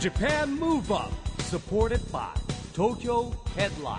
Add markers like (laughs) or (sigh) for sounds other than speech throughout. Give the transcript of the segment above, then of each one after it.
JAPAN MOVE UP SUPPORTED BY TOKYO HEADLINE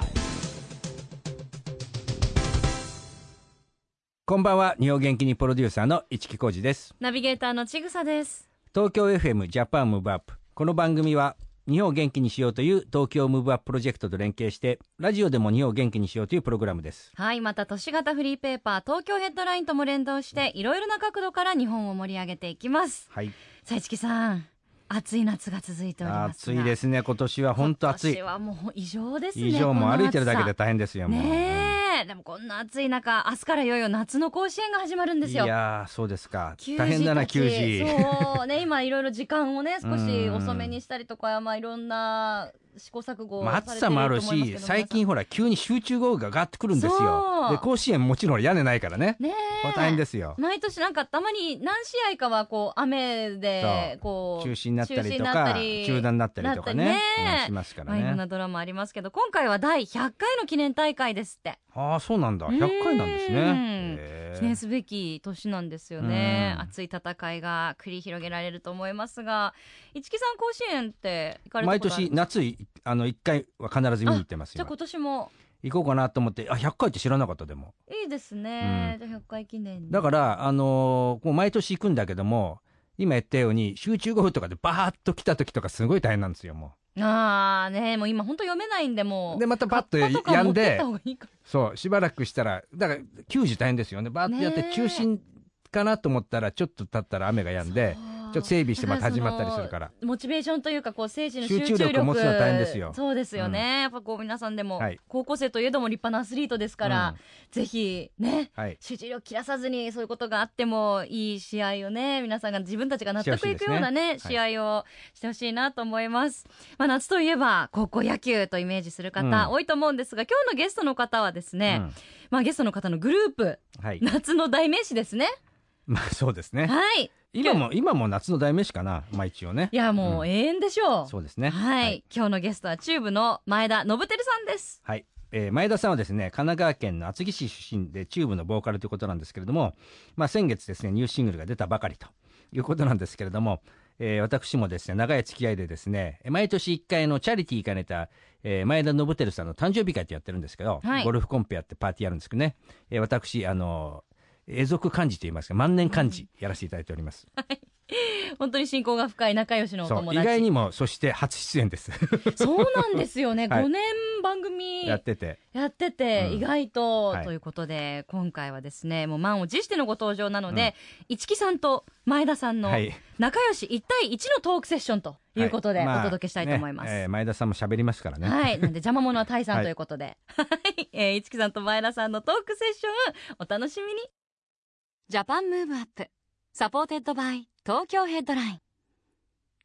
こんばんは日本元気にプロデューサーの市木浩司ですナビゲーターのちぐさです。東京 FM ジャパンムーブアップこの番組は日本を元気にしようという東京ムーブアッププロジェクトと連携してラジオでも日本を元気にしようというプログラムですはい、また都市型フリーペーパー、東京ヘッドラインとも連動して、いろいろな角度から日本を盛り上げていきます。はいさいちきさん、暑い夏が続いておりますが。暑いですね今年は本当暑今い年はもう異常ですね。以上もう歩いてるだけでこ大変ですよのもう暑さねえ、でもこんな暑い中、明日からいよいよ夏の甲子園が始まるんですいよ。やーそうですか球児大変だなたち球児そうね、今いろいろ時間をね、少しうん遅めにしたりとか、まあいろんな試行錯誤をまあされて暑るさとも思あいまるすけどし最近ほら急に集中豪雨がガッとくるんですよそうで甲子園もちろん屋根ないからね皆さんねえこれ大変ですよ毎年なんかたまに何試合かはこう雨でそうこう中止になったりと中止になっかたり中断になったりとかねなったりねうんしますからまあいろんなねドラマありますけど今回は第100回の記念大会ですってああそうなんだ100回なんですねうーんへー記念すべき年なんですよねうん熱い戦いが繰り広げられると思いますが市木さん甲子園って行かれた毎ことある年夏いあの1回は必ず見に行ってますじゃあよ今年も行こうかなと思ってあ100回って知らなかったでもいいですね、うじゃあ100回記念にだからあのーもう毎年行くんだけども今言ったように集中豪雨とかでバーッと来た時とかすごい大変なんですよもああねもう今本当読めないんでもううでまたパッとカッパとかやん持ってっでた方がいいかそうしばらくしたらだから球児大変ですよねバーッとやってねえ中心かなと思ったらちょっと経ったら雨が止んでそうちょっと整備してまた始まったりするからモチベーションというかこう政治の集中力集中力を持つのは大変ですよそうですよね、やっぱこう皆さんでも、はい高校生といえども立派なアスリートですから、ぜひねうんはい集中力切らさずにそういうことがあってもいい試合をね皆さんが自分たちが納得いくようなねしてほしいですね試合をしてほしいなと思います、まあ、夏といえば高校野球とイメージする方うん多いと思うんですが、今日のゲストの方はですね、まあ、ゲストの方のグループうんはい夏の代名詞ですねまあそうですねはい今も今も夏の代名詞かなまあ一応ねいやもう永遠でしょう、そうですねはい、今日のゲストはチューブの前田信輝さんです。はい、えー前田さんはですね神奈川県の厚木市出身でチューブのボーカルということなんですけれども、まあ、先月ですねニューシングルが出たばかりということなんですけれども、えー私もですね長い付き合いでですね毎年1回のチャリティー兼ねた、えー前田信輝さんの誕生日会ってやってるんですけど、はいゴルフコンペやってパーティーやるんですけどね、えー私あの永続幹事と言いますか万年幹事やらせていただいております、本当に親交が深い仲良しのおそう友意達。外にもそして初出演です (laughs) そうなんですよね。 (laughs) はい5年番組やっててやってて、うん意外と、はいということで、今回はですね、もう満を持してのご登場なので、市木さんと前田さんのはい仲良し1対1のトークセッションということで、はまあお届けしたいと思います。ねえー前田さんも喋りますからね、はい。なんで邪魔者は退散はいということで。はい。えー、いつきさんと前田さんのトークセッション、お楽しみに。ジャパンムーブアップ。サポーテッドバイ東京ヘッドライン。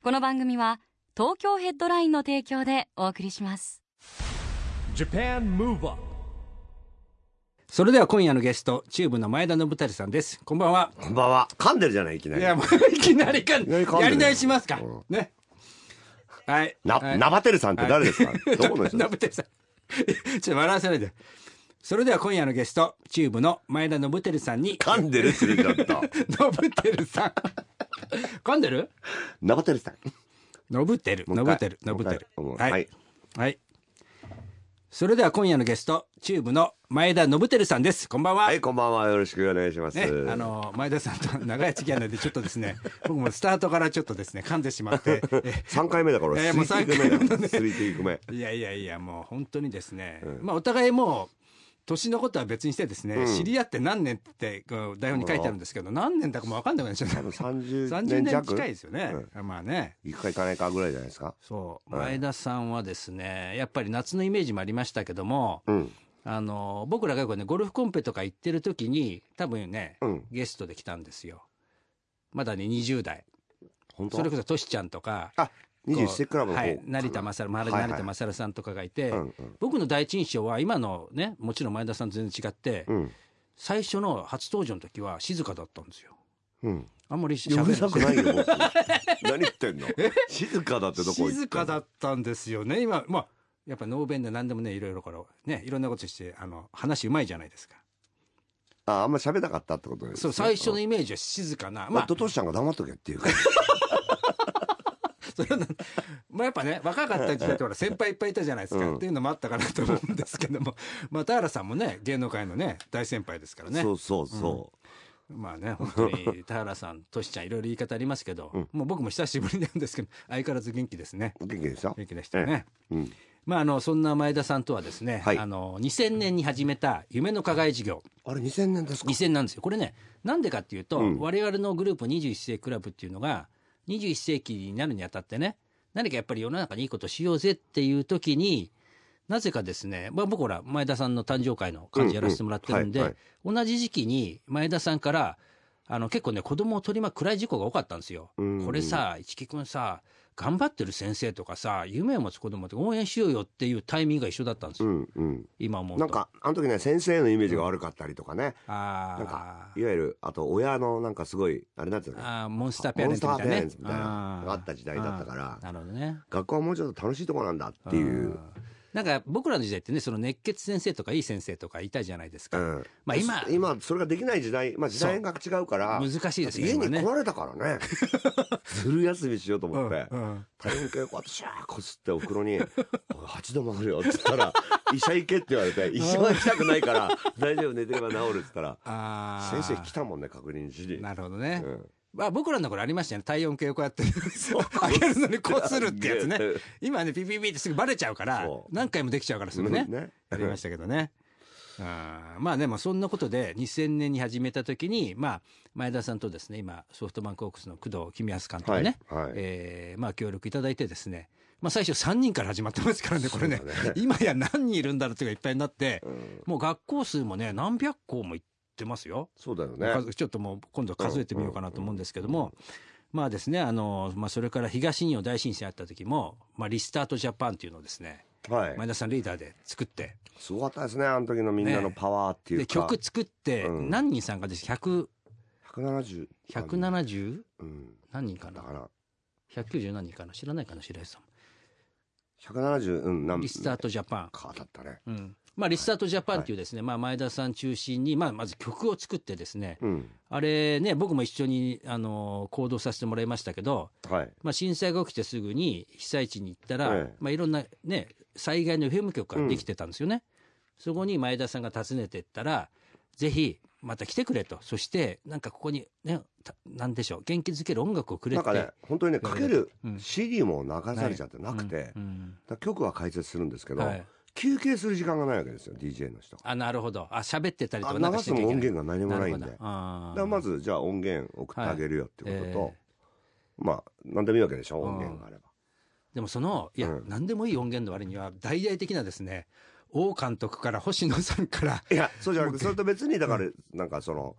この番組は東京ヘッドラインの提供でお送りします。 JAPAN MOVE UP それでは今夜のゲスト、チューブの前田信太さんです。こんばんは。こんばんは。噛んでるじゃない、いきないり。や、もういきなりかん、いきなり噛んでるやり直しますかうん。ね。はい。な、はいナバテルさんって誰ですか、どこの (laughs) 人信 (laughs) 太さん。ちょっと笑わせないで。それでは今夜のゲスト、チューブの前田信太さんに、噛んでるって言っちゃった。信太さん。噛んでるナバテルさん。信太、信もう一回太、信太もう。は一回い。はい。それでは今夜のゲスト、チューブの前田信太さんです。こんばんは。はい、こんばんは。よろしくお願いします。ね、あの前田さんと (laughs) 長い付き合いなのでちょっとですね僕もスタートからちょっとですね噛んでしまってえ3回目だから、いや3もう回目だ三から、3回目。いやいやいやもう本当にですね、まあお互いもう年のことは別にしてですね、知り合って何年ってこう台本に書いてあるんですけど何年だかも分かんなくなっちゃ (laughs) った多分30 30年年弱。近いですよね、まあね行くか行かないかぐらいじゃないですか。そう前田さんはですねやっぱり夏のイメージもありましたけども、うん。あの僕らがよくねゴルフコンペとか行ってる時に多分ね、うんゲストで来たんですよまだね20代本当それこそトシちゃんとかあ、21世紀クラブの方。はい、成田勝周りはいは成い田勝さんとかがいて、うんうん僕の第一印象は今のねもちろん前田さんと全然違って、うん。最初の初登場の時は静かだったんですようん。あんまりしいやうるさゃくべな (laughs) いよ、僕何言ってんの静かだってどこ行った静かだったんですよね今まあやっぱノーベンで何でもねいろいろからねいろんなことしてあの話うまいじゃないですかあ、あんま喋んなかったってことですねそう最初のイメージは静かな、ままあ、あトトシちゃんが黙っとけっていうか。それはなまあやっぱね若かった時代ってほら先輩いっぱいいたじゃないですか、うんっていうのもあったかなと思うんですけどもまあ田原さんもね芸能界のね大先輩です (laughs) からねそうそうそまあね本当に田原さんトシちゃんいろいろ言い方ありますけど、うんもう僕も久しぶりなんですけど相変わらず元気ですねう。元気でしょ元気でしたね。うん。まああのそんな前田さんとはですね、はいあの2000年に始めた夢の課外事業あれ2000年ですか。 2000なんですよこれねなんでかっていうと、うん我々のグループ21世紀クラブっていうのが21世紀になるにあたってね何かやっぱり世の中にいいことしようぜっていう時になぜかですね、まあ、僕ほら前田さんの誕生会の感じやらせてもらってるんで、うんうんはい同じ時期に前田さんからあの結構ね子供を取り巻く暗い事故が多かったんですよ。うんこれさ一木君さ頑張ってる先生とかさ夢を持つ子供とか応援しようよっていうタイミングが一緒だったんですうよ、んうん。今思うと。なんかあの時ね先生のイメージが悪かったりとかね。あーなんかいわゆるあと親のなんかすごいあれなんていうの。あーモンスターペアモレンンストタみーたペいなアレねンツみたいなのがあった時代だったからあー。なるほどね学校はもうちょっと楽しいとこなんだっていう。なんか僕らの時代ってねその熱血先生とかいい先生とかいたじゃないですうか、ん。まあ今今それができない時代、まあ時代が違うから。そう難しいですねだっ今て家ねに来られたか (laughs) らね。昼休みしようと思って。うん体温計こうやってシャーこすっておふくろに「おい8度もあるよ」って言ったら (laughs) 「医者行け」って言われて「一番行きたくないから (laughs) 大丈夫寝てれば治る」って言ったらあー先生来たもんね確認しに。なるほどね、うんまあ僕らの頃ありましたよね体温計をこうやって上げるのにこするってやつ (laughs) ね今ねピピピってすぐバレちゃうからそ何回もできちゃうからそれねうんねやりましたけどね。あーまあでもそんなことで2000年に始めた時に、まあ、前田さんとですね今ソフトバンクホークスの工藤公康監督ね、はいはいえーまあ、協力いただいてですね、まあ、最初3人から始まってますからねこれねそうだね今や何人いるんだろうっていうのがいっぱいになってうんもう学校数もね何百校も行ってますよ。そうだよね。数ちょっともう今度数えてみようかなと思うんですけども、まあですねあの、まあ、それから東日本大震災あった時も、まあ、リスタートジャパンっていうのをですねは前い。田さんリーダーで作ってすごかったですねあの時のみんなのパワーっていでうか。曲作ってうん何人参加です100 170。 170うん。何人かなだから190何人かな知らないかな白石さん170うんも何リスタートジャパンかだったね。うんまあ、リスタートジャパンっていうですね、まあ、前田さん中心に、まあ、まず曲を作ってですね、うん。あれね、僕も一緒に、あの、行動させてもらいましたけど、はい。まあ、震災が起きてすぐに被災地に行ったら、ええまあ、いろんなね災害の FM 局ができてたんですよね、そこに前田さんが訪ねてったらぜひまた来てくれとそしてなんかここにねたなんでしょう元気づける音楽をくれなっんてかね本当にねかけるうん CD も流されちゃってなくて。うんだから曲は解説するんですけど、はい休憩する時間がないわけですよ DJ の人があなるほどあ喋ってたりとあかなん流かしすなきゃいもけ音ない源が何もないんでなるほだかどあーらまずじゃあ音源送ってあげるよっていうことと、はいまあ何でもいいわけでしょうん音源があれば、でもそのいや、うん何でもいい音源の割には大々的なですね王監督から星野さんからいやそうじゃなくてそれと別にだからなんかその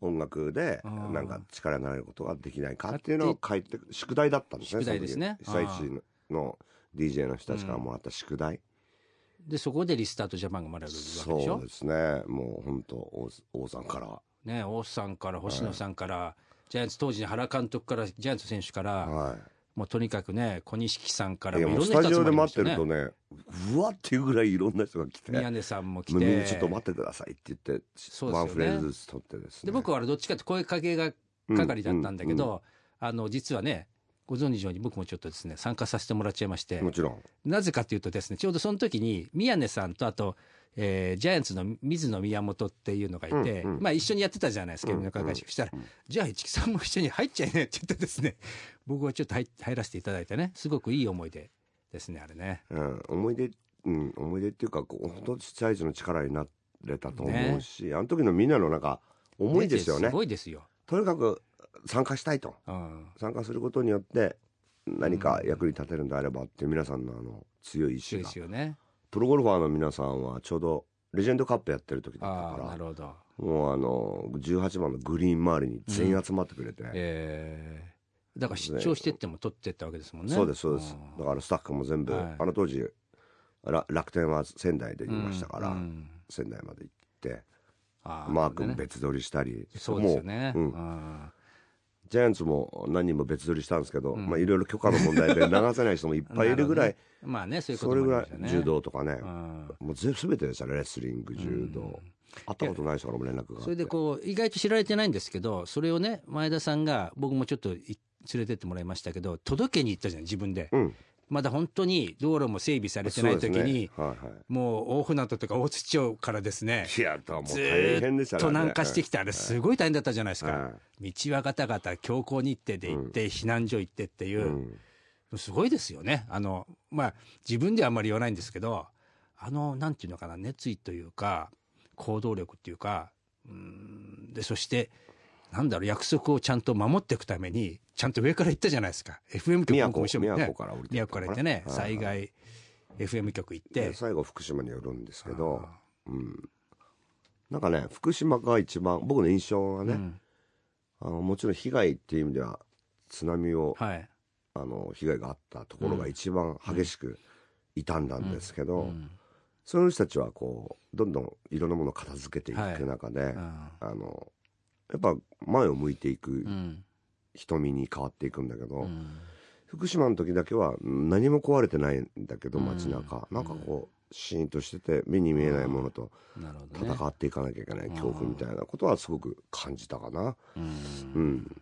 音楽でうんなんか力になれることができないかっていうのを書いて宿題だったんですね宿題ですねその時被災地の DJ の人たちからもらった宿題、でそこでリスタートジャパンが生まれるわけでしそょうですねもう本当王王さんからね、大須さんから星野さんから、ジャイアンツ当時の原監督からジャイアンツ選手から、はいもうとにかくね小錦さんからいやもいもうろんなス人タジ集オまでりまし待ったてねるとねうわっていうぐらいいろんな人が来て宮根さんも来もうみんてなちょっと待ってくださいって言って、そうですよねワンフレーズずつ撮ってですねで僕はあれどっちかって声かけが係だったんだけど、うあの実はねご存知のように僕もちょっとですね参加させてもらっちゃいましてもちろんなぜかというとですねちょうどその時に宮根さんとあと、えージャイアンツの水野宮本っていうのがいて、うんうんまあ、一緒にやってたじゃないですかうん夢の会社したら、じゃあ市木さんも一緒に入っちゃいねって言ってですね (laughs) 僕はちょっと入入らせていただいてねすごくいい思い出ですねあれね。うん、思い出、うん、思い出っていうかこう本当小さい時の力になれたと思うし、あの時のみんなのなんか思いですよねすごいですよ。とにかく参加したいとうん、参加することによって何か役に立てるんであればっていう皆さんのあの強い意そう志でがすよね。プロゴルファーの皆さんはちょうどレジェンドカップやってる時だっあたあかならるほど。もうあの18番のグリーン周りに全員集まってくれて、えー、だから出張してっても取ってったわけですもんね。そうですそうですんだからスタッフも全部、はいあの当時ら楽天は仙台でいましたから、うんうん仙台まで行ってあマー君ね別撮りしたりそうですよね。もううんんジャイアンツも何人も別撮りしたんですけど、んまあいろいろ許可の問題で流せない人もいっぱいいる (laughs) ぐらい、まあねそういうこそとれもぐあらりいましたね柔道とかね、うんもうぜ全てでしたねレスリング柔道、会ったことない人からも連絡があってそれでこう意外と知られてないんですけどそれをね前田さんが僕もちょっとい連れてってもらいましたけど届けに行ったじゃん自分で、うんまだ本当に道路も整備されてそなういです時ねに、はいはもう大船渡とか大津町からですねいいやもうず大変でしーたっねと南下してきててあれすごい大変だったじゃないですか、は道はガタガタ強行日程で行って、避難所行ってっていうう、んすごいですよねあのまあ自分ではあんまり言わないんですけどあのなんていうのかな熱意というか行動力っていうかうんでそしてなんだろう約束をちゃんと守っていくためにちゃんと上から行ったじゃないですか FM 局宮の古後ろも宮ね古から降りて宮古から行ってねはい災害 FM 局行っでて最後福島に寄るんですけどあうんなんかね福島が一番僕の印象はーうね、んあのもちろん被害っていう意味では津波を、はいあの被害があったところが一番激しく傷んだんですけど、うんその人たちはこうどんどんいろんなものを片付けていく中で、うんあのやっぱ前を向いていくうん瞳に変わっていくんだけど、うん福島の時だけはうん何も壊れてないんだけどうん街中、なんかこうシーンとしてて目に見えないものとなるほどね戦っていかなきゃいけない恐怖みたいなことはすごく感じたかな。うんうん、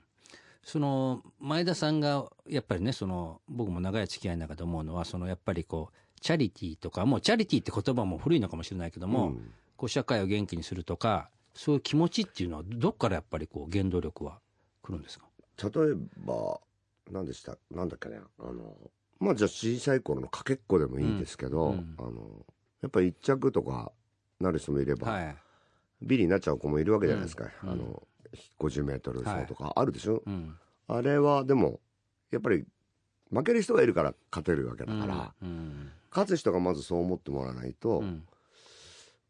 その前田さんがやっぱりねその僕も長い付き合いの中で思うのはそのやっぱりこうチャリティーとかもうチャリティーって言葉も古いのかもしれないけども、うんこう社会を元気にするとかそういう気持ちっていうのはどっからやっぱりこう原動力は来るんですか、例えば何でしたなんだっけねあのまあじゃあ小さい頃のかけっこでもいいですけうど、んうんあのやっぱ一着とかなる人もいれば、はい、ビリになっちゃう子もいるわけじゃないですか、うんあの50メートル走とかあるでしょ、うん、あれはでもやっぱり負ける人がいるから勝てるわけだから、うん勝つ人がまずそう思ってもらわないとうん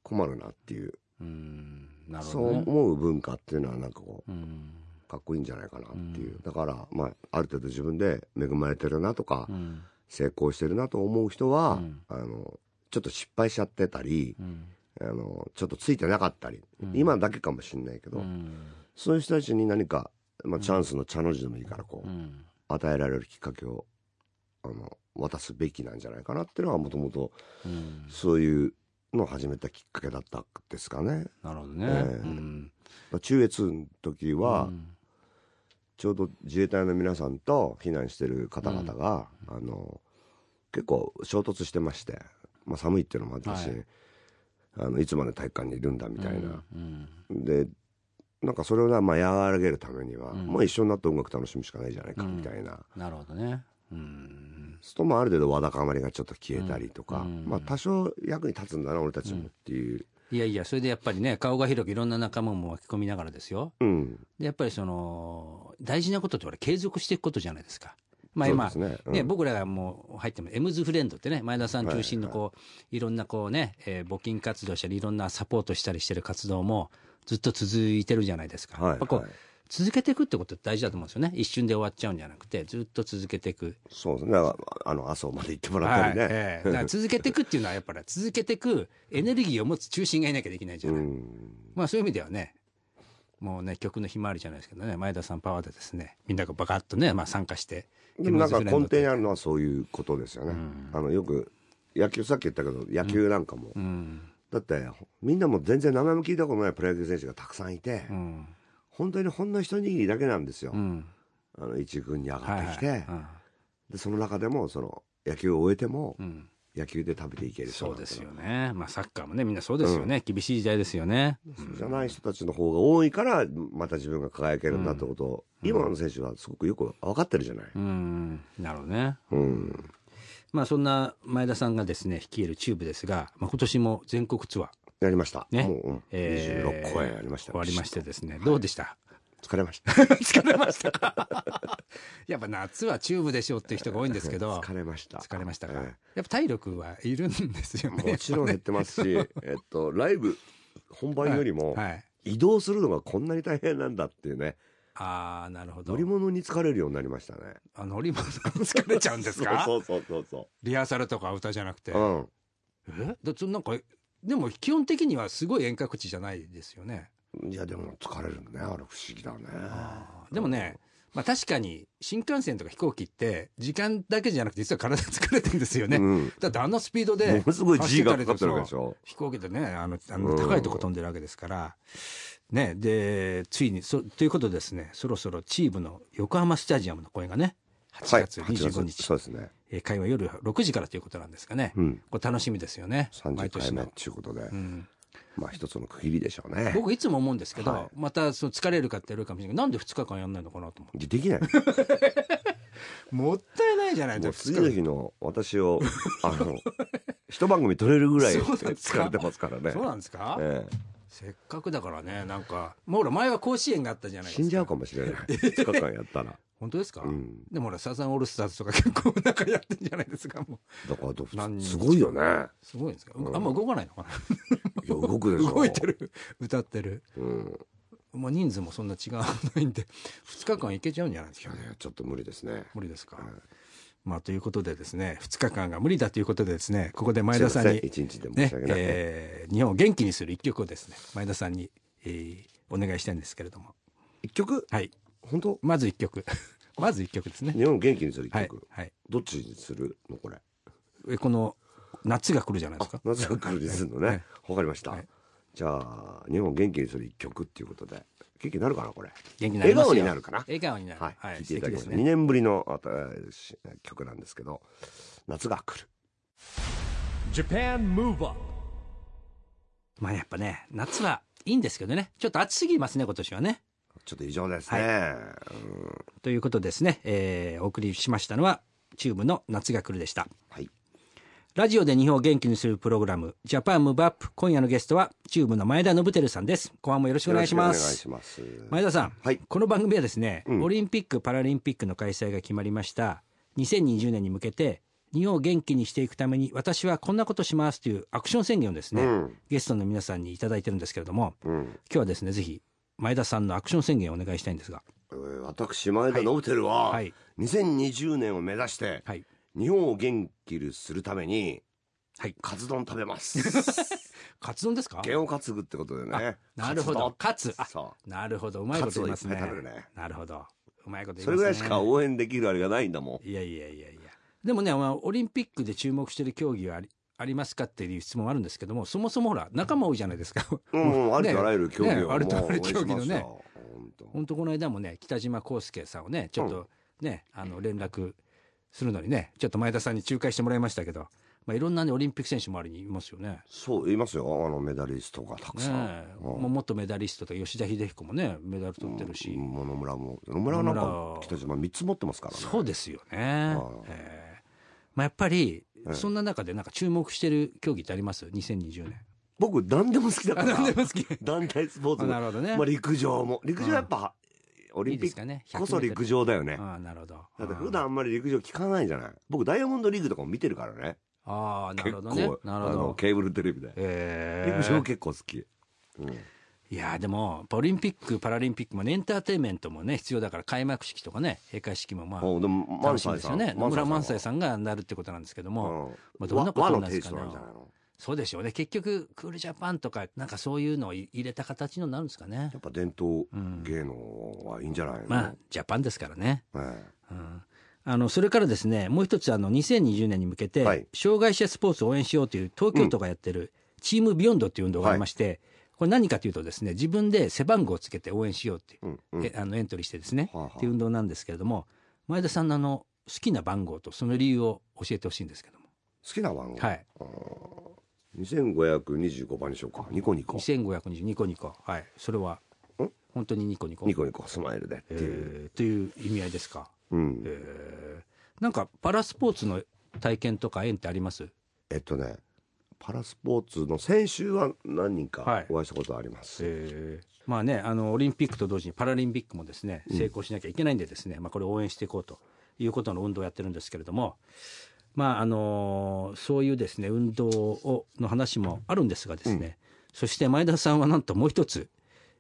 困るなっていう、うんなるそほどうね思う文化っていうのはなんかこううんかっこいいんじゃないかなっていう、うんだから、まあ、ある程度自分で恵まれてるなとか、うん成功してるなと思う人は、うんあのちょっと失敗しちゃってたりうんあのちょっとついてなかったり、うん今だけかもしれないけど、うんそういう人たちに何か、まあ、チャンスの茶の字でもいいからこう、うん与えられるきっかけをあの渡すべきなんじゃないかなっていうのはもともとうんそういうのを始めたきっかけだったんですかね。なるほどね、ええうんまあ中越の時は、うんちょうど自衛隊の皆さんと避難してる方々が、あの結構衝突してまして、まあ、寒いっていうのもあったし、、はいあのいつまで体育館にいるんだみたいな、うんでなんかそれをな、まあ、和らげるためには、うんもう一緒になって音楽楽しむしかないじゃないうかんみたいな、なるほどねうんそうするとまあある程度わだかまりがちょっと消えたりとか、うんまあ、多少役に立つんだな俺たちもっていう、いやいや、それでやっぱりね、顔が広くいろんな仲間も巻き込みながらですよ。うんで、やっぱりその、大事なことってほら継続していくことじゃないですか。まあそう今で、すね,うん、ね、僕らがもう入っても、エムズフレンドってね、前田さん中心のこう、いろんなこうね、えー募金活動したり、いろんなサポートしたりしてる活動も、ずっと続いてるじゃないですか。はやいっぱこ、はいう続けていくってことって大事だと思うんですよね。一瞬で終わっちゃうんじゃなくて、ずっと続けていく。そうですねだからあの麻生まで行ってもらったりね、はい (laughs) ええだから続けていくっていうのは、やっぱり続けていくエネルギーを持つ中心がいなきゃできないじゃうない。んまあそういう意味ではね、もうね、曲のひまわりじゃないですけどね、前田さんパワーでですね、みんながバカッとね、まあ参加して。でもなんかエムズフレ根ンドって底にあるのはそういうことですよね。あのよく野球さっき言ったけど野球なんかも、うん。だってみんなも全然名前も聞いたことないプロ野球選手がたくさんいて、うん。本当にほんの一握りだけなんですよ、うん。あの一軍に上はがいっはていきて、でその中でもその野球を終えても、うん。野球で食べていけうん。る人そなんうてですよね。まあサッカーもね、みんなそうですよね。厳しい時代ですよね。そうじゃない人たちの方が多いからまた自分が輝けるんだってことを、今の選手はすごくよく分かってるじゃない。うん。なるほどね。うんまあそんな前田さんがですね、率いるチューブですが、まあ今年も全国ツアー。やりました、ねもう、うんえー26公演やりました終わりましてですね、どうでした疲れました疲れましたかやっぱ夏はチューブでしょうっていう人が多いんですけど。 (laughs) 疲れました疲れましたか、えやえっぱ体力はいるんですよねもちろん減ってます (laughs) し、えっと、ライブ本番よりもはいはい移動するのがこんなに大変なんだっていうね、ああなるほど乗り物に疲れるようになりましたね。あ乗り物疲れちゃうんですか (laughs) そうそうそうそリハーサルとか歌じゃなくて、う。うん。えだってなんかでも基本的にはすごい遠隔地じゃないですよねいや、でも疲れるね。あれ不思議だね。でもね、まあ、確かに新幹線とか飛行機って時間だけじゃなくて実は体疲れてるんですよね、うん。だってあのスピードもでのすごい G 走がりかかってるわけでそうしょ。飛行機でねあのあの高いとこ飛んでるわけですから、ね、でついにそということでですねそろそろチームの横浜スタジアムの公演がね8月25はい日、そうですね。えー開演は夜6時からということなんですがね、うんこれ楽しみですよね毎30回年目っの、ていうことで、うん、まあ一つの区切りでしょうね。僕いつも思うんですけど、はいまたその疲れるかってやるかもしれないけどなんで2日間やんないのかなと思でで (laughs) きない。うもったいないじゃないもでうす次かの日の私を、あの、一番組取れるぐらいそうなんですか疲れてますからね。そうなんですか、えせっかくだからねなんかもうほら前は甲子園があったじゃえないです死かんじゃうかもしれない。2日間やったら。本当ですか、うん。でもほらサザンオールスターズとか結構なんかやってんじゃないですかもうだからど何日すごいよね。いやすごいんですか、うんあんま動かないのかな動くでしょ。動いてる (laughs) 歌ってる、うん。まあ、人数もそんな違わないんで2日間いけちゃうんじゃないですいやかねね、ちょっと無理ですね。無理ですか、はいまあということでですね2日間が無理だということでですねここで前田さんすいまにせん一日で申ねし訳ない。えー日本を元気にする一曲をですね前田さんに、えーお願いしたいんですけれども一曲はい本当まず一曲 (laughs) まず一曲ですね日本を元気にする一はい曲、、はい、どっちにするのこれ。えこの夏が来るじゃないであすか、なぜか来るにするのね。わ、はいかりました。はいじゃあ日本を元気にする一曲っていうことで元気になるかなこれ。元気になり笑ますよ顔になるかな。笑顔になるはい、はい聞いていただきまし素敵た。ですね2年ぶりのあたし曲なんですけど、夏が来る。 Japan Move Up まあやっぱね夏はいいんですけどねちょっと暑すぎますね今年はねちょっと異常ですね。うんということですね、えーお送りしましたのはチューブの夏が来るでしたはい。ラジオで日本を元気にするプログラムジャパンムーブアップ今夜のゲストはチューブの前田信輝さんです後半もよろしくお願いしますよろしくお願いします。前田さん、はいこの番組はですね、うんオリンピック・パラリンピックの開催が決まりました2020年に向けて日本を元気にしていくために私はこんなことしますというアクション宣言をですね、うんゲストの皆さんに頂いただいてるんですけれどもうん。今日はですねぜひ前田さんのアクション宣言をお願いしたいんですがえー私前田信輝は、はい2020年を目指して、はい日本を元気にするためにはいカツ丼食べ (laughs) ます。カツ丼ですかゲオ担ぐってことでね。なるほどカカツ丼ツあそなるほどうまいこと言いますねカツ丼いっぱい食べるねなるほどうまいこと言いう。そますねれぐらいしか応援できるあれがないんだもん。いやいやいやいやでもね、まあ、オリンピックで注目してる競技はありありますかっていう質問はあるんですけどもそもそもほら仲間多いじゃないですか (laughs) うん、ありとあらゆる競技ねをありとあもう応らゆ援るし競技まのすねよ。本当本当この間もね北島康介さんをねちょっとね、あの連絡するのにねちょっと前田さんに仲介してもらいましたけど、まあ、いろんな、ね、オリンピック選手周りにいますよね。そう言いますよ。あのメダリストがたくねさん。えうんもう元メダリストとか吉田秀彦もねメダル取ってるし、うん野々村も野々村はなん野々か村北島三つ持ってますからね。そうでですよねうん。ええまあ、やっぱりええそんな中でなんか注目してる競技ってあります2020年。僕何でも好きだかあ (laughs) ら何。でも好き団体スポーツあもなるほどね。まあ陸上も陸上はやっぱ、オリンピックねこそ陸上だよね。ああなるほど。だって普段あんまり陸上聞かないじゃない。僕ダイヤモンドリーグとかも見てるからね。ああな結るほどね構。なるほあのど。ケーブルテレビで。ええ陸上結構好き。うんいやでもやっぱオリンピックパラリンピックもねエンターテインメントもね必要だから開幕式とかね閉会式もまあおでも楽しみですよね。野村万歳んさんがなるってことなんですけどは。も、うんまあどんなこと和に和なるのんテでイすかストねなんじゃないのそうでしょうね結局クールジャパンとかなんかそういうのを入れた形のになるんですかねやっ。ぱ伝統うん芸能はいいんじゃないの、まあジャパンですからね。えうんあのそれからですねもう一つあの2020年に向けて、はい障害者スポーツを応援しようという東京都がやってるチームビヨンドという運動がありまして、これ何かというとですね自分で背番号をつけて応援しようっていうえ、うんうんえあのエントリーしてですね、はあはあっていう運動なんですけれども前田さんのあの好きな番号とその理由を教えてほしいんですけども、好きな番号、はい、い、2525番にしようかニコニコ2520ニコニコはいそれはん本当にニコニコニコニコスマイルでってえいう、ーという意味合いですか、うんえーなんかパラスポーツの体験とか縁ってありますえっとねパラスポーツの先週は何人はかいお会いしたことあります、えーまあね、あのオリンピックと同時にパラリンピックもですね成功しなきゃいけないんでですね、まあ、これを応援していこうということの運動をやってるんですけれども、まああのーそういうですね運動をの話もあるんですがですね、そして前田さんはなんともう一つ、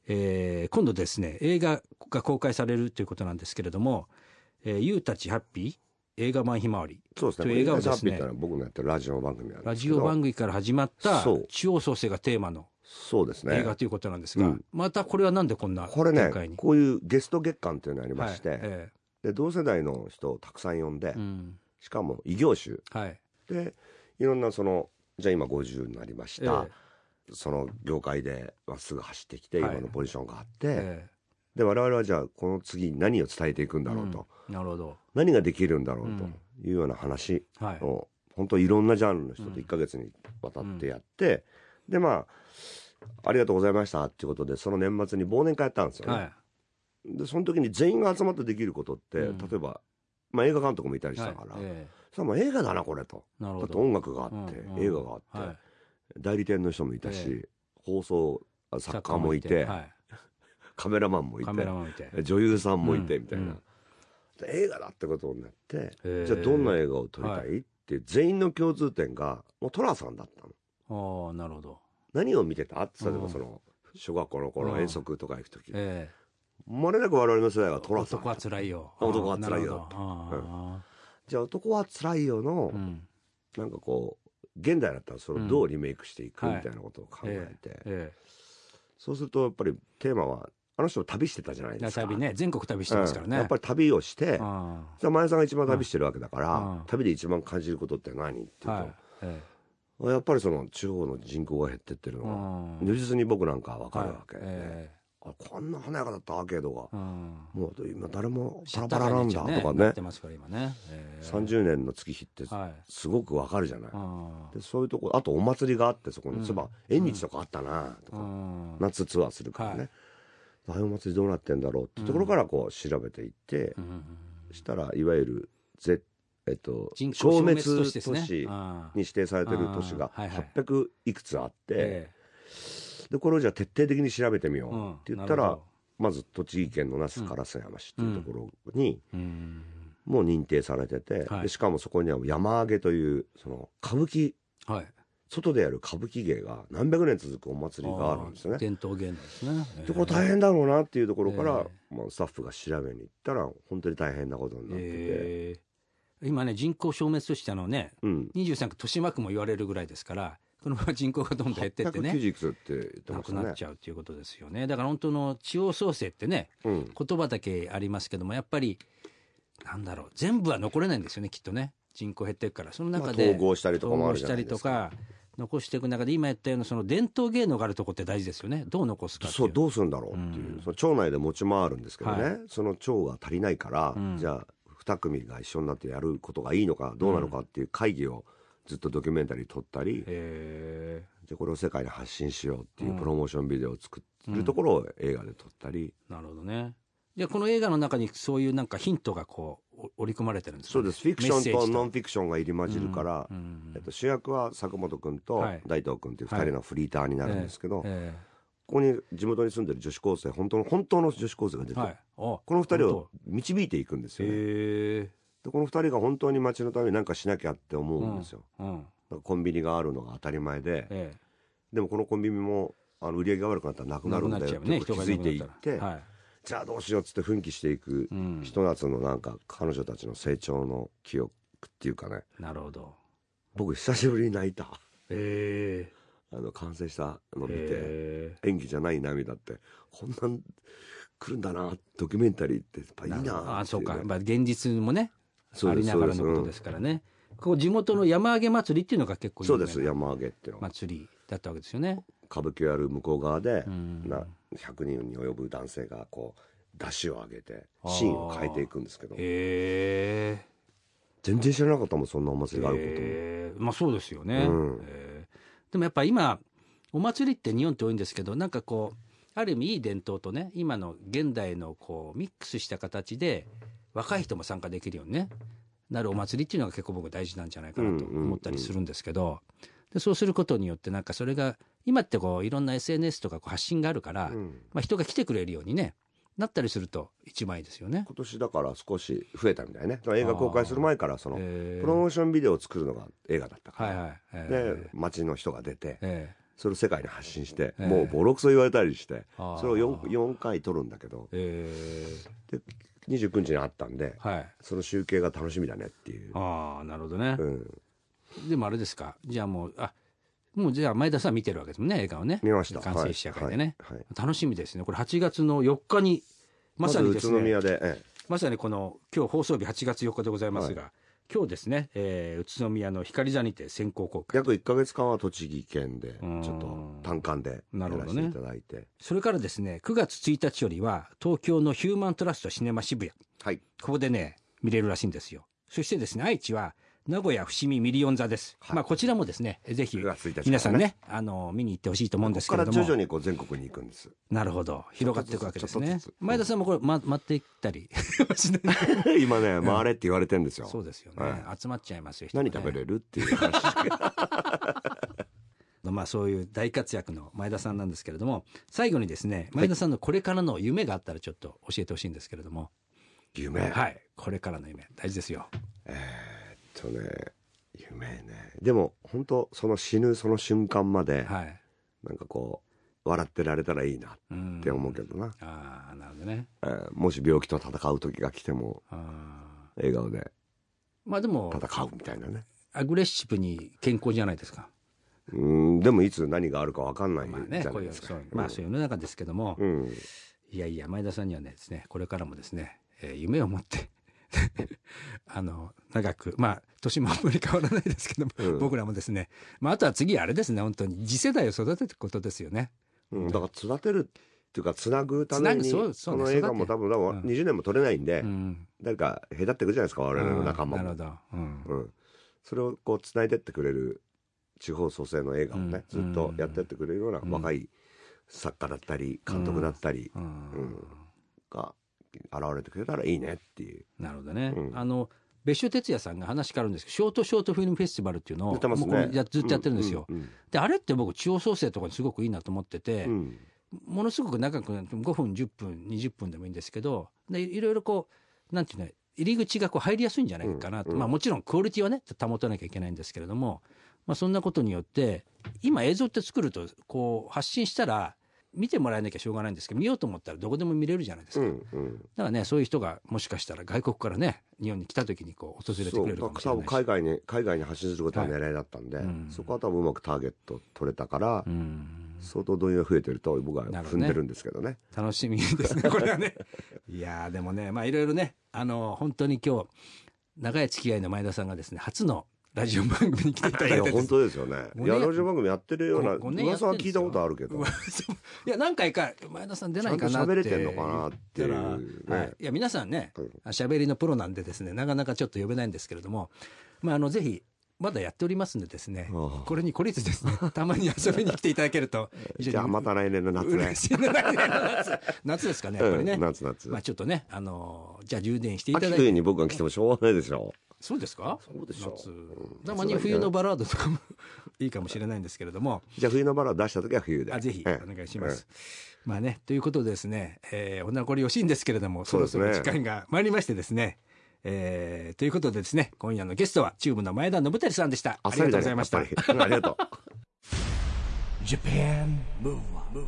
えー今度ですね映画が公開されるということなんですけれども「えー、ユーたちハッピー映画版ひまわり」そうですとねいう映画をジでャすッピーってねのは僕のやってるラジオ番組なんラですジけどオ番組から始まったそう地方創生がテーマのそうですね映画ということなんですが、うんまたこれはなんでこんなこれね展開にこういうゲスト月間っていうのがありまして、はいえで同世代の人をたくさん呼んで、えうんしかも異業種はいでいろんなそのじゃあ今50になりました、ええその業界でまっすぐ走ってきてはい今のポジションがあって、えで我々はじゃあこの次に何を伝えていくんだろうと、えなるほど。何ができるんだろうとうんいうような話はい。を本当いろんなジャンルの人うんと1ヶ月にわたってやって、でまあありがとうございましたっていうことでその年末に忘年会やったんですよね、はい。でその時に全員が集まってできることって、うん例えば、まあ、映画監督もいたりしたから、はいえそれはもう映画だなこれとえなるだほってど。音楽があって、うんうん映画があって、はい代理店の人もいたし、え放送あ作家もいてはカメラマンもいい、てカメラマンもいて。女優さんもいて、うんみたいな、うんで映画だってことになって、じじゃあどんな映画を撮りたい、はって全員の共通点がもう寅さんだったの。ああ、なるほど。何を見てたって例えうばんその小学校のう頃ん遠足とか行く時えもれなく我々の世代はえ寅さん男は辛いよ。男は辛いよああなるほどじゃあ男は辛いよの、ああうん。なんかこう現代だったらそれをどうリメイクしていくうんみたいなことを考えて、えそうするとやっぱりテーマはあの人も旅してたじゃないえ。ですか旅ね、全国旅してますからね。うんやっぱり旅をして、あじゃあ前田さんが一番旅してるわけだから、うんうん旅で一番感じることって何ってあ。言うはい。えと、やっぱりその地方の人口が減ってってるえ。のうが、ん如実に僕なんかは分かるわけ、はいえあこんな華やかだったアーケードがえ。う、ん。もう今誰もパラパラなんだとかなねってますから今ね。ええ30年の月日ってはい。すごく分かるじゃない、あでそういうとこあとお祭りがあってそこに、うんそういえば縁日とかあったなとあ。か、うん夏ツアーするからね、ああいうお祭りどうなってんだろうってところからこう調べていってう、んしたらいわゆるぜ、えっと、人口消消滅滅都都市ですね。市ああに指定されてる都市があーはいはい800いくつあって、えでこれをじゃあ徹底的に調べてみよえううんって言ったら、なるほまず栃木県の那須烏山市っていうところにどうんもう認定されてて、はいでしかもそこには山揚げというその歌舞伎はい。外でやる歌舞伎芸が何百年続くお祭りがあるんですよね。伝統芸能ですね。でこれ大変だろうなっていうところからえ、まあ、スタッフが調べに行ったら本当に大変なことになってて、ええ今ね、人口消滅としてあのね、うん、 23区、豊島区も言われるぐらいですから、このまま人口がどんどん減ってってね、 890いくつって言ってなましくなたねっちゃうということですよね。だから本当の地方創生ってね、うん、言葉だけありますけども、やっぱり、なんだろう、全部は残れないんですよね、きっとね。人口減っていくから。その中で、まあ統合したりとかもあるじゃないですか統合したりとか残していく中で、今言ったようなその伝統芸能があるとこって大事ですよね。どう残すかっていう。そうどうするんだろうっていう、うんその町内で持ち回るんですけどね、はいその町が足りないから、うんじゃあ2組が一緒になってやることがいいのかどうなのかっていう会議をずっとドキュメンタリー撮ったり、えじゃあこれを世界に発信しようっていううんプロモーションビデオを作るところを映画で撮ったり、ーなるほどね。じゃあこの映画の中にそういうなんかヒントがこう、お織り込まれてるんですかそうねですフィクションとノンメッセージフィクションが入り混じるから、うんうんえっと、主役は坂本君とはい大東君っていう2人のフリーターになるんですけど、えここに地元に住んでる女子高生本当の (laughs) 本当の女子高生が出えて、はい。おこの2人を導いていくんですよね。へえでこの2人が本当に町のために何かしなきゃって思うんですよ、うん。だからコンビニがあるのが当たり前で、ええでもこのコンビニもあの売り上げが悪くなったらなくなるんだよっていうことに気づいていって、はい。じゃあどうしようっつって奮起していく、うんひと夏のなんか彼女たちの成長の記憶っていうかねなるほど。僕久しぶりに泣いたええあの完成したの見て、え演技じゃない涙ってこんなん来るんだなドキュメンタリーってやっぱえいいなっていうね、あ、そうか。まあ現実もね、そあうでりすながらのことですからね。ここ地元の山上げ祭りっていうのが結構有そう名なです山上げっていうのは祭りだったわけですよね。歌舞伎をやる向こう側で、うんな100人に及ぶ男性がこう出汁を上げてあーシーンを変えていくんですけどええ全然知らなかったもんそんなお祭りがあるええまあそうですよね、うんええでもやっぱ今お祭りって日本って多いんですけどなんかこうある意味いい伝統とね今の現代のこうミックスした形で若い人も参加できるようにねなるお祭りっていうのが結構僕大事なんじゃないかなとうんうんうん思ったりするんですけど、でそうすることによってなんかそれが今ってこういろんな SNS とかこう発信があるから、ことも、うんまあ、人が来てくれるようにねなったりすると一番いいですよね。今年だから少し増えたみたいねだから映画公開する前からそのええプロモーションビデオを作るのが映画だったから、はいはい。ええで街の人が出てええそれを世界に発信しえて、えもうボロクソ言われたりしてあーそれを 4, 4回撮るんだけどえで29日にあったんでえはい。その集計が楽しみだねっていう、ああ、なるほどねう。ん、でもあれですか。じゃあもう、あ、もうじゃあ前田さん見てるわけですもんね、映画をね。見ました完成試写会でね、はいはい楽しみですね。これ8月の4日に、まさにですず宇都ね、宮で、ええまさにこの、今日放送日8月4日でございますが、今日ですね、えー宇都宮の光座にて先行公開約1か月間は栃木県でうんちょっと単館でなやるほらどせねていただいて、それからですね9月1日よりは東京のヒューマントラストシネマ渋谷はいここでね見れるらしいんですよそしてですね愛知は名古屋伏見ミリオン座です、はいまあこちらもですねぜひ9月1日からね皆さんねあの見に行ってほしいと思うんこですこけかれどら徐も々にこう全国に行くんです (laughs) なるほど広がっていくわけですちょねっとずつ前田さんもこれ、ま、待っていったり (laughs) しない今ね回れって言われてんですよ、そうですよね、は集まっちゃいますよ人ね何食べれるっていう話まあそういう大活躍の前田さんなんですけれども、最後にですね、前田さんのこれからの夢があったらちょっと教えてほしいんですけれども、夢、はい、これからの夢、大事ですよ。えーっとね夢ねでも本当その死ぬその瞬間まで、はい。なんかこう笑ってられたらいいなうんって思うけどな、ああ、なるほどね。えーもし病気と戦う時が来てもあー笑顔でまあでも、戦うみたいなねアグレッシブに健康じゃないですか。うんでもいつ何があるか分かんないじまゃあないね、こういでう、すそかう、まあそういう世の中ですけども、うんいやいや、前田さんにはねですね、これからもですね、えー夢を持って、 (laughs) あの、長く、まあ、年もあんまり変わらないですけども、うん僕らもですね、まあ、あとは次あれですね、本当に、次世代を育てていくことですよね。うん、だから育てるっていうかつなぐためつになぐそうそうこねの映画も育て多分多うん分20年も撮れないんで、うん。誰か隔っていくじゃないですか我々の仲間うんなもる、ほど。うん。うん、それをこうつないでってくれる地方創生の映画をね、うんずっとやってってくれるようなうん若い作家だったり監督だったりうんうんが現れてくれたらいいねっていうなるほどね。うんあの、別所哲也さんが話変わるんですけど、ショートショートフィルムフェスティバルっていうのを、出てますもうこねれやずっとやってるんですよ。ううんで、あれって僕、地方創生とかにすごくいいなと思ってて、うんうんものすごく長くなって5分10分20分でもいいんですけどでいろいろこうなんていうの入り口がこう入りやすいんじゃないかなと、うんうんまあ、もちろんクオリティはね保たなきゃいけないんですけれども、まあ、そんなことによって今映像って作るとこう発信したら見てもらえなきゃしょうがないんですけど見ようと思ったらどこでも見れるじゃないですうか、だんうんからねそういう人がもしかしたら外国からね日本に来た時にこう訪れてそくうれだるかからもしれ多な分いし海外に海外に発信することが狙いだったんで、はいうんそこは多分うまくターゲット取れたから、うん相当動員が増えてると僕はなるほど踏んねでるんですけ (laughs) どね楽しみですね、これはね。いやー、でもね、まあいろいろね、あの、本当に今日、長い付き合いの前田さんがですね、初のラジオ番組に来ていただいいてやです本当ですよね五年いやラジオ番組やってるような五五年やって噂るはんで聞いすたよことある (laughs) けど噂もいや、何回か、前田さん出ちなゃいんとかなって。喋れてんのかなっていうはねい、いや皆さんねうん喋りのプロなんでですねなかなかちょっと呼べないんですけれども、まあ、あのぜひまだやっておりますんでですねああこれに懲りずですねたまに遊びに来ていただけると非 (laughs) じゃ常あにまた来年の夏ね嬉しいね夏夏ですかねやっぱりね、うん夏夏まあちょっとね、あのーじゃあ充電していただ秋い冬て。に僕が来てもしょうがないでしょそうですかそうでしょ夏うんたまに冬のバラードとかもいいかもしれないんですけれども、じゃあ冬のバラを出した時は冬であぜひ (laughs) ええお願いします。まあね、ということでですね、えー、お名残惜しいんですけれども、そそうろですそねろ時間が参りましてですね、えーということでですね、今夜のゲストはチューブの前田信照さんでした。ありがとうございました。焦りだねやっぱりありがとう Japan Move Up,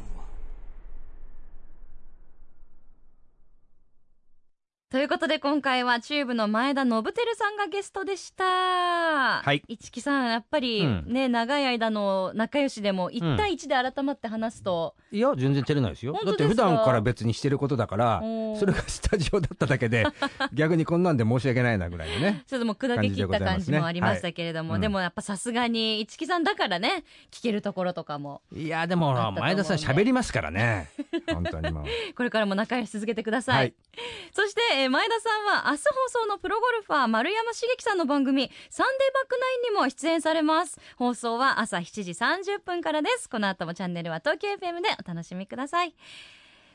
ということで今回はチューブの前田信輝さんがゲストでした。い一木さん、やっぱりうんね、長い間の仲良しでも、1対1で改まって話すと、いや全然照れないですよ本だ当っですかて普段から別にしてることだからおーそれがスタジオだっただけで (laughs) 逆にこんなんで申し訳ないなぐらいのねちょっともう砕け切った感じもありましたけれども、はいでもやっぱさすがに一木さんだからね、聞けるところとかも、いやであったとも思うね前田さん喋りますからね (laughs) 本当にもうこれからも仲良し続けてください。はいそして、えー前田さんは明日放送のプロゴルファー丸山茂樹さんの番組、サンデーバックナインにも出演されます。放送は朝7時30分からです。この後もチャンネルは東京 FM でお楽しみください。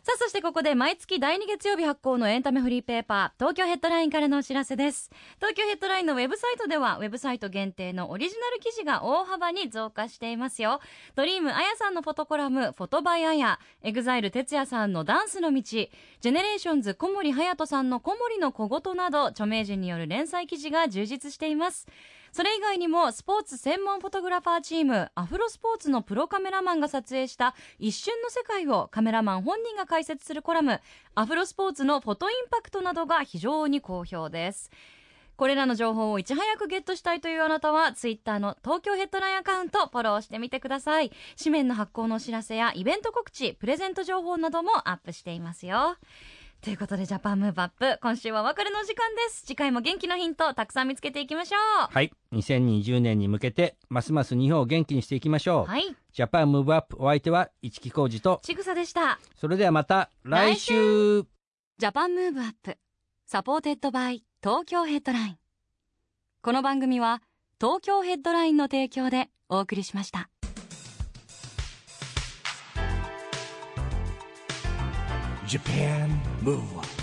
さあ、そしてここで毎月第2月曜日発行のエンタメフリーペーパー、東京ヘッドラインからのお知らせです。東京ヘッドラインのウェブサイトでは、ウェブサイト限定のオリジナル記事が大幅に増加していますよ。ドリームあやさんのフォトコラム、フォトバイあや、エグザイル哲也さんのダンスの道、ジェネレーションズ小森隼人さんの小森の小言など、著名人による連載記事が充実しています。それ以外にも、スポーツ専門フォトグラファーチーム、アフロスポーツのプロカメラマンが撮影した一瞬の世界をカメラマン本人が解説するコラム、アフロスポーツのフォトインパクトなどが非常に好評です。これらの情報をいち早くゲットしたいというあなたは、ツイッターの東京ヘッドラインアカウントをフォローしてみてください。紙面の発行のお知らせやイベント告知、プレゼント情報などもアップしていますよ。ということで、ジャパンムーブアップ、今週はお別れの時間です。次回も元気のヒント、たくさん見つけていきましょはい2020年に向けてますます日本を元気にしていきましょう。う、はい、ジャパンムーブアップお相手は市木浩二とちぐさでした。それではまた来週ジャパンムーブアップ、サポーテッドバイ東京ヘッドライン。この番組は、東京ヘッドラインの提供でお送りしました。 Japan Move Up